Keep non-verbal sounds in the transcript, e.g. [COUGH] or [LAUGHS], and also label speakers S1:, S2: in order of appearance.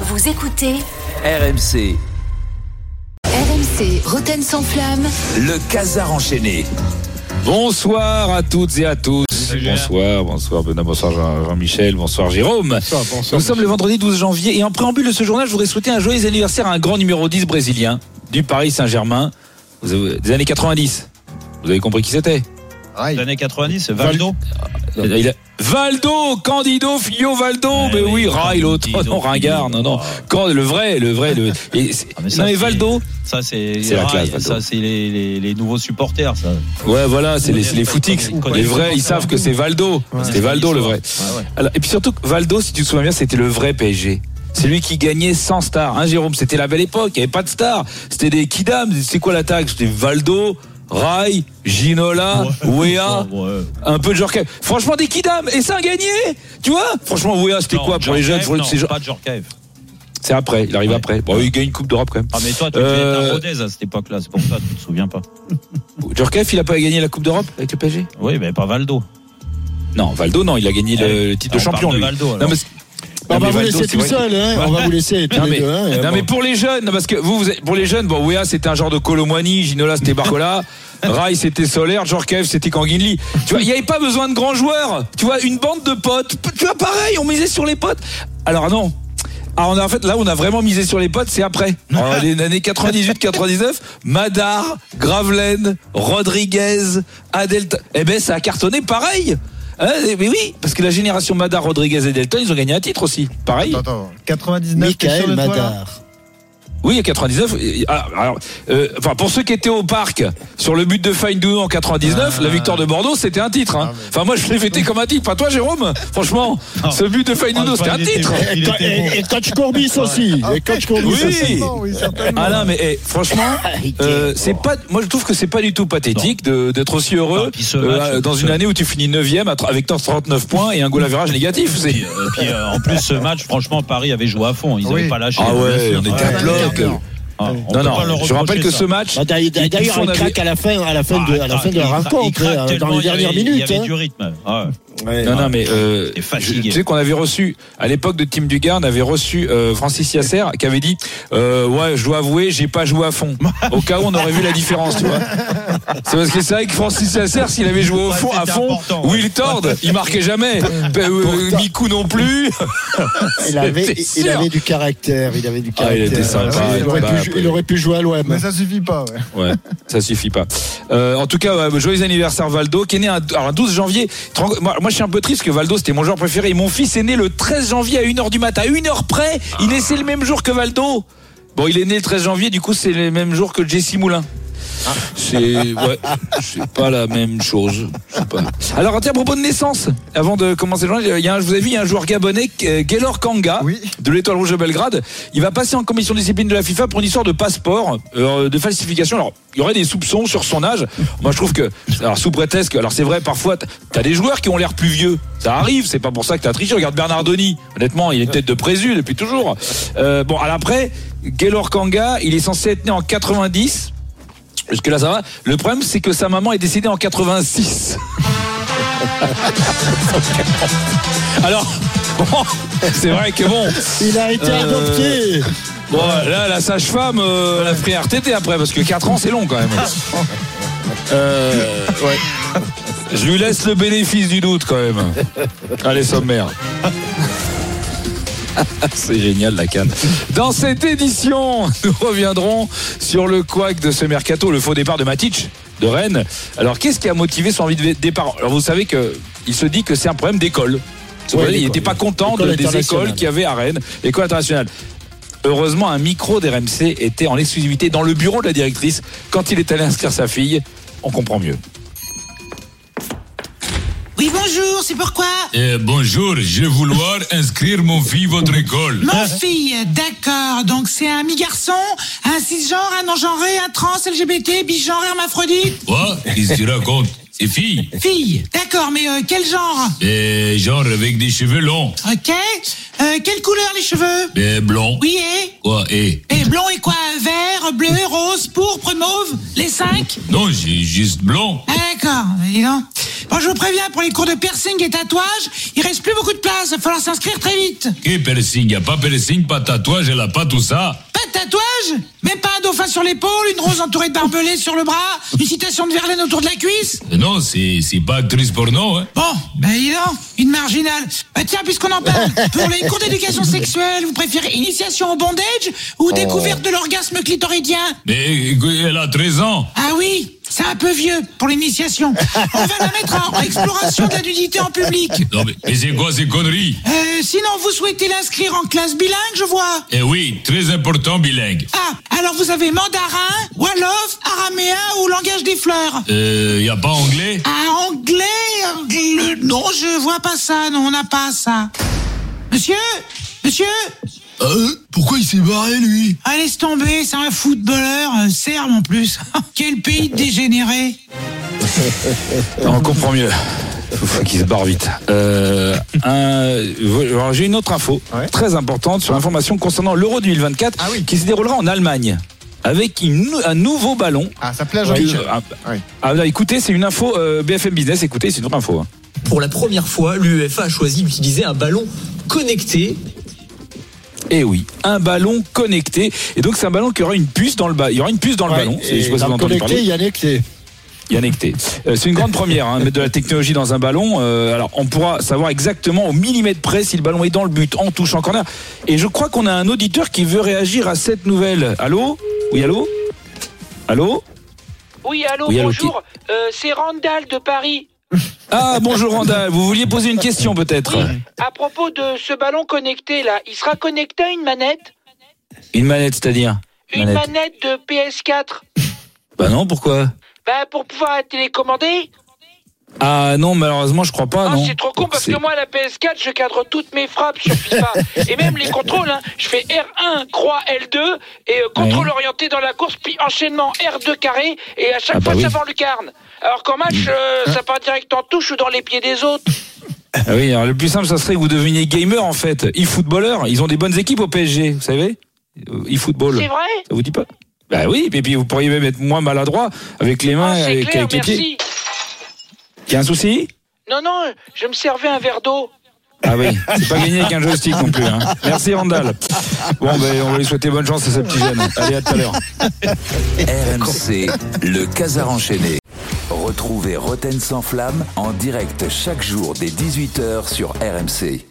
S1: Vous écoutez
S2: RMC,
S1: RMC Roten sans flamme.
S2: le casar enchaîné. Bonsoir à toutes et à tous. Bonsoir, bonsoir Benoît, bonsoir Jean- Jean-Michel, bonsoir Jérôme. Nous sommes le vendredi 12 janvier et en préambule de ce journal, je voudrais souhaiter un joyeux anniversaire à un grand numéro 10 brésilien du Paris Saint-Germain Vous avez- des années 90. Vous avez compris qui c'était
S3: Des années 90, Valdo.
S2: Il a- Valdo, Candido, Filio Valdo, mais oui,
S3: Ah oui,
S2: Rai l'autre,
S3: Candido,
S2: non, ringard, non, non,
S3: Filio, ah.
S2: Quand- le vrai, le vrai, le... et c'est-
S3: Ah, mais ça,
S2: non mais
S3: c'est-
S2: Valdo,
S3: Ça, c'est
S2: C'est la
S3: Ah,
S2: classe, Valdo.
S3: Ça, c'est les, les, les nouveaux supporters,
S2: [LAUGHS]
S3: ça.
S2: ouais voilà, c'est les, c'est les footix,
S3: Ils connaissent
S2: les vrais,
S3: pas
S2: ils
S3: ça.
S2: savent que c'est Valdo, c'était Valdo le vrai.
S3: Ouais, ouais.
S2: Alors, et puis surtout, Valdo, si tu te souviens bien, c'était le vrai PSG. C'est lui qui gagnait sans star. Hein, Jérôme, c'était la belle époque. Il n'y avait pas de star. C'était des Kidam. C'est quoi l'attaque C'était Valdo, Rai, Ginola, Wea.
S3: Bon, ouais.
S2: Un peu de Jorkaev. Franchement, des Kidam. Et ça a gagné. Tu vois Franchement, Wea, c'était
S3: Non,
S2: quoi pour les
S3: Djorkaeff,
S2: jeunes Pour les-
S3: non,
S2: C'est
S3: pas Djorkaeff.
S2: c'est après. Il arrive
S3: Ouais.
S2: après. Bon, il gagne une Coupe d'Europe quand même.
S3: Ah, mais toi, tu
S2: Euh,
S3: étais à Rodez à cette époque-là, c'est pour ça, tu te souviens pas.
S2: Djorkaeff, il a pas gagné la Coupe d'Europe avec le PSG
S3: Oui, mais pas Valdo.
S2: Non, Valdo, non. Il a gagné le, le titre
S3: Ah,
S2: de
S3: on parle
S2: champion,
S3: de
S2: lui.
S3: Valdo, alors.
S2: Non, mais c'est- Non,
S4: Bah, on va
S2: mais
S4: vous
S2: Valdo, c'est
S4: laisser tout
S2: vrai que-
S4: seul, hein. on va vous laisser tous
S2: Non
S4: les
S2: mais,
S4: deux. hein.
S2: non,
S4: Bon.
S2: mais pour les jeunes, non, parce que vous, vous êtes- pour les jeunes, bon, Wea c'était un genre de Colomwani, Ginola c'était
S4: [LAUGHS]
S2: Barcola, Rai c'était Solaire, Djorkaeff c'était Kanginli. Tu vois, il n'y avait pas besoin de grands joueurs. Tu vois, une bande de potes. Tu vois, pareil, on misait sur les potes. Alors non. Ah, on a, en fait, là, on a vraiment misé sur les potes, c'est après. En les années 98-99, Madar, Gravelaine, Rodriguez, Adelta. Eh ben, ça a cartonné pareil. Hein, mais oui, parce que la génération Madar, Rodriguez et Delta, ils ont gagné un titre aussi. Pareil.
S5: Attends, attends. 99, t'es sûr
S4: Michael
S5: de toi, là
S4: Madar.
S2: Oui, à 99. euh, Alors, alors, euh, enfin, pour ceux qui étaient au parc sur le but de Findou en 99,
S5: Ah.
S2: la victoire de Bordeaux, c'était un titre. hein.
S5: Ah, mais-
S2: Enfin, moi, je l'ai fêté comme un titre. Pas toi, Jérôme. Franchement,
S3: Non.
S2: ce but de
S3: Ah,
S2: Findou, c'était un
S3: il était
S2: titre.
S3: bon.
S4: Et,
S3: Il
S4: co-
S3: était bon.
S4: et- et Coach Courbis aussi.
S5: Ah,
S4: Et Coach Courbis
S2: oui.
S4: aussi.
S5: Certainement, oui, certainement.
S2: Ah non, mais eh, franchement, euh, c'est pas. Moi, je trouve que c'est pas du tout pathétique de- d'être aussi
S3: Non,
S2: heureux
S3: puis ce
S2: euh,
S3: match,
S2: dans
S3: ce-
S2: une année où tu finis 9ème avec 39 points et un goal à virage négatif. C'est-
S3: Puis, euh, puis, euh, en plus, ce match, franchement, Paris avait joué à fond. Ils n'avaient
S5: Oui.
S3: pas lâché.
S2: Ah
S3: Bien
S2: ouais, on
S3: sûr.
S2: était
S3: Ah,
S2: à
S3: ouais.
S2: bloc.
S3: Ah, on peut
S2: Non,
S3: pas leur
S2: non. Je rappelle
S3: reprocher
S2: que
S3: ça.
S2: ce match.
S4: Bah, D'ailleurs,
S2: ils- ils
S4: d'ailleurs,
S2: font
S4: il
S2: la-
S4: craque à la fin, à la fin de, à la fin de la
S3: Ah, il cra- il
S4: rencontre,
S3: craque
S4: hein, dans
S3: tellement,
S4: les
S3: il y avait-
S4: dernières
S3: Il
S4: minutes.
S3: y avait
S4: hein.
S3: du rythme. Ah ouais.
S4: Ouais.
S2: Non, non, mais euh, je-
S3: Et fatigué.
S2: tu sais qu'on avait reçu, à l'époque de Team Dugarn, on avait reçu euh, Francis Yasser qui avait dit euh, Ouais, je dois avouer, j'ai pas joué à fond.
S3: [LAUGHS]
S2: Au cas où on aurait vu la différence, tu vois. C'est parce que c'est vrai que Francis Yasser, s'il avait joué au
S3: Ouais,
S2: fond, à
S3: c'était
S2: fond,
S3: important, ouais.
S2: Will Tord, il marquait
S3: [LAUGHS]
S2: jamais. Pe- euh, Mikou non plus.
S4: Il avait,
S2: C'était
S4: il
S2: sûr.
S4: avait du caractère. Il avait du
S2: Ah, il
S4: caractère.
S2: était sympa,
S4: Ouais, il,
S2: il
S4: aurait
S2: était
S4: pu,
S2: sympa.
S4: jou- il aurait pu jouer à l'OM.
S5: Mais ça suffit pas, ouais.
S2: Ouais, ça suffit pas. Euh, en tout cas, ouais, joyeux anniversaire Valdo, qui est né un, alors, un 12 janvier. Tu te rends- Moi, moi, je suis un peu triste parce que Valdo, c'était mon joueur préféré. Et mon fils est né le 13 janvier à 1h du matin. À 1h près, il est né le même jour que Valdo. Bon, il est né le 13 janvier, du coup, c'est le même jour que Jesse Moulin. C'est ouais, c'est pas la même chose. Je sais pas. Alors tiens, à propos de naissance, avant de commencer le journal, il y a un- je vous ai vu, il y a un joueur gabonais, euh, Gaylor Kanga,
S5: Oui.
S2: de l'Étoile Rouge de Belgrade. Il va passer en commission de discipline de la FIFA pour une histoire de passeport, euh, de falsification. Alors il y aurait des soupçons sur son âge. Moi je trouve que, alors sous prétexte, que- alors c'est vrai parfois, t- t'as des joueurs qui ont l'air plus vieux. Ça arrive, c'est pas pour ça que t'as triché. Regarde Bernardoni, honnêtement, il est une tête de présu depuis toujours. Euh, bon, alors après, Gaylor Kanga, il est censé être né en 90. Jusque là ça va. Le problème c'est que sa maman est décédée en 86. [LAUGHS] Alors bon, c'est vrai que bon,
S4: Il a été
S2: Euh,
S4: adopté.
S2: bon, là la sage-femme euh, elle a pris un RTT après parce que 4 ans c'est long quand même. Euh, ouais. Je lui laisse le bénéfice du doute quand même. Allez sommaire. [LAUGHS] C'est génial la canne. Dans cette édition, nous reviendrons sur le couac de ce mercato, le faux départ de Matic de Rennes. Alors qu'est-ce qui a motivé son envie de départ Alors vous savez que il se dit que c'est un problème d'école.
S4: Ouais,
S2: il
S4: l'école,
S2: n'était pas
S4: ouais.
S2: content
S4: L'école
S2: de- des
S4: internationale.
S2: écoles qu'il y avait à Rennes, école internationale. Heureusement, un micro d'RMC était en exclusivité dans le bureau de la directrice quand il est allé inscrire sa fille. On comprend mieux.
S6: Oui, bonjour, c'est pourquoi
S2: Eh
S7: Euh, bonjour, je vais vouloir inscrire mon fille à votre école.
S6: Mon fille, d'accord, donc c'est un mi-garçon, un cisgenre, un non-genré, un trans, LGBT, bigenre, hermaphrodite
S7: Quoi Qu'est-ce que tu racontes C'est fille
S6: Fille, d'accord, mais euh, quel genre
S7: Euh, Genre avec des cheveux longs.
S6: Ok Euh, Quelle couleur les cheveux
S7: Euh, blond.
S6: Oui, et
S7: Quoi Et
S6: Et blond et quoi Vert, bleu, rose, pourpre, mauve Les cinq
S7: Non, j'ai juste blond.
S6: D'accord, D'accord, mais dis donc. Bon, je vous préviens, pour les cours de piercing et tatouage, il reste plus beaucoup de place, va falloir s'inscrire très vite.
S7: Et piercing, y a pas piercing, pas tatouage, elle a pas tout ça.
S6: Pas de tatouage Même pas un dauphin sur l'épaule, une rose entourée de barbelés sur le bras, une citation de Verlaine autour de la cuisse
S7: Non, c'est c'est pas actrice porno, hein.
S6: Bon, ben dis donc, une marginale. Bah tiens, puisqu'on en parle, pour les cours d'éducation sexuelle, vous préférez initiation au bondage ou découverte de l'orgasme clitoridien
S7: Mais écoute, elle a 13 ans.
S6: Ah oui, c'est un peu vieux pour l'initiation. On va la mettre en exploration de la nudité en public.
S7: Non, mais, mais c'est quoi ces conneries
S6: Euh, sinon, vous souhaitez l'inscrire en classe bilingue, je vois.
S7: Eh oui, très important bilingue.
S6: Ah, alors vous avez mandarin, wolof, araméen ou langage des fleurs.
S7: Euh, y a pas anglais
S6: Ah, anglais, anglais, non, je vois pas ça, non, on n'a pas ça. Monsieur Monsieur
S7: Euh, Pourquoi il s'est barré, lui
S6: Ah, laisse tomber, c'est un footballeur, euh, serbe en plus. [LAUGHS] Quel pays de dégénéré
S2: On comprend mieux. Faut qu'il se barre vite. Euh, un- alors, J'ai une autre info très importante sur l'information concernant l'Euro 2024 qui se déroulera en Allemagne avec une nou- un nouveau ballon.
S5: Ah, ça plaît à Jean-Michel.
S2: Ah,
S5: Ouais.
S2: ah, là, écoutez, c'est une info euh, BFM Business. Écoutez, c'est une autre info. hein.
S8: Pour la première fois, l'UEFA a choisi d'utiliser un ballon connecté.
S2: Eh oui, un ballon connecté. Et donc c'est un ballon qui aura une puce dans le bas. Il y aura une puce dans le
S4: Ouais,
S2: ballon. C'est-
S4: et
S2: Je sais pas si vous
S4: dans
S2: avez
S4: le
S2: entendu
S4: connecté,
S2: parler.
S4: il y a Necté.
S2: Il y a Necté. Euh, c'est une grande première, hein, mettre de la technologie dans un ballon. Euh, alors on pourra savoir exactement au millimètre près si le ballon est dans le but, en touche, en corner. Et je crois qu'on a un auditeur qui veut réagir à cette nouvelle. Allô Oui, allô Allô
S9: Oui, allô,
S2: Oui, allô,
S9: bonjour. Euh, c'est Randall de Paris.
S2: Ah bonjour Randall, vous vouliez poser une question peut-être
S9: À propos de ce ballon connecté là, il sera connecté à une manette
S2: Une manette, c'est-à-dire
S9: Une manette de PS4
S2: Bah non, pourquoi
S9: bah, pour pouvoir la télécommander
S2: Ah non, malheureusement, je crois pas,
S9: Ah,
S2: non.
S9: c'est trop con parce
S2: C'est-
S9: que moi, à la PS4, je cadre toutes mes frappes sur
S2: [LAUGHS]
S9: FIFA. et même les contrôles, hein. je fais R1, croix, L2, et euh, contrôle
S2: Ouais.
S9: orienté dans la course, puis enchaînement R2 carré, et à chaque
S2: Ah, bah
S9: fois,
S2: oui. Mm.
S9: ça va en lucarne. Alors qu'en match, euh, ça part direct en touche ou dans les pieds des autres.
S2: Ah oui, alors le plus simple, ça serait que vous deveniez gamer en fait, e-footballeur. Ils ont des bonnes équipes au PSG, vous savez Euh, E-football.
S9: C'est
S2: Ça
S9: vrai
S2: vous dit pas Bah oui, et puis vous pourriez même être moins maladroit avec les mains
S9: Ah,
S2: et
S9: C'est
S2: avec,
S9: clair,
S2: avec les pieds.
S9: merci.
S2: Il y a un souci
S9: Non, non, je me servais un verre d'eau.
S2: Ah oui, c'est pas gagné avec un joystick non plus. hein. Merci Randall. Bon, ben on va lui souhaiter bonne chance à sa petite jeune. Allez, à tout à l'heure.
S10: RMC, le casar enchaîné. Retrouvez Roten sans flamme en direct chaque jour dès 18h sur RMC.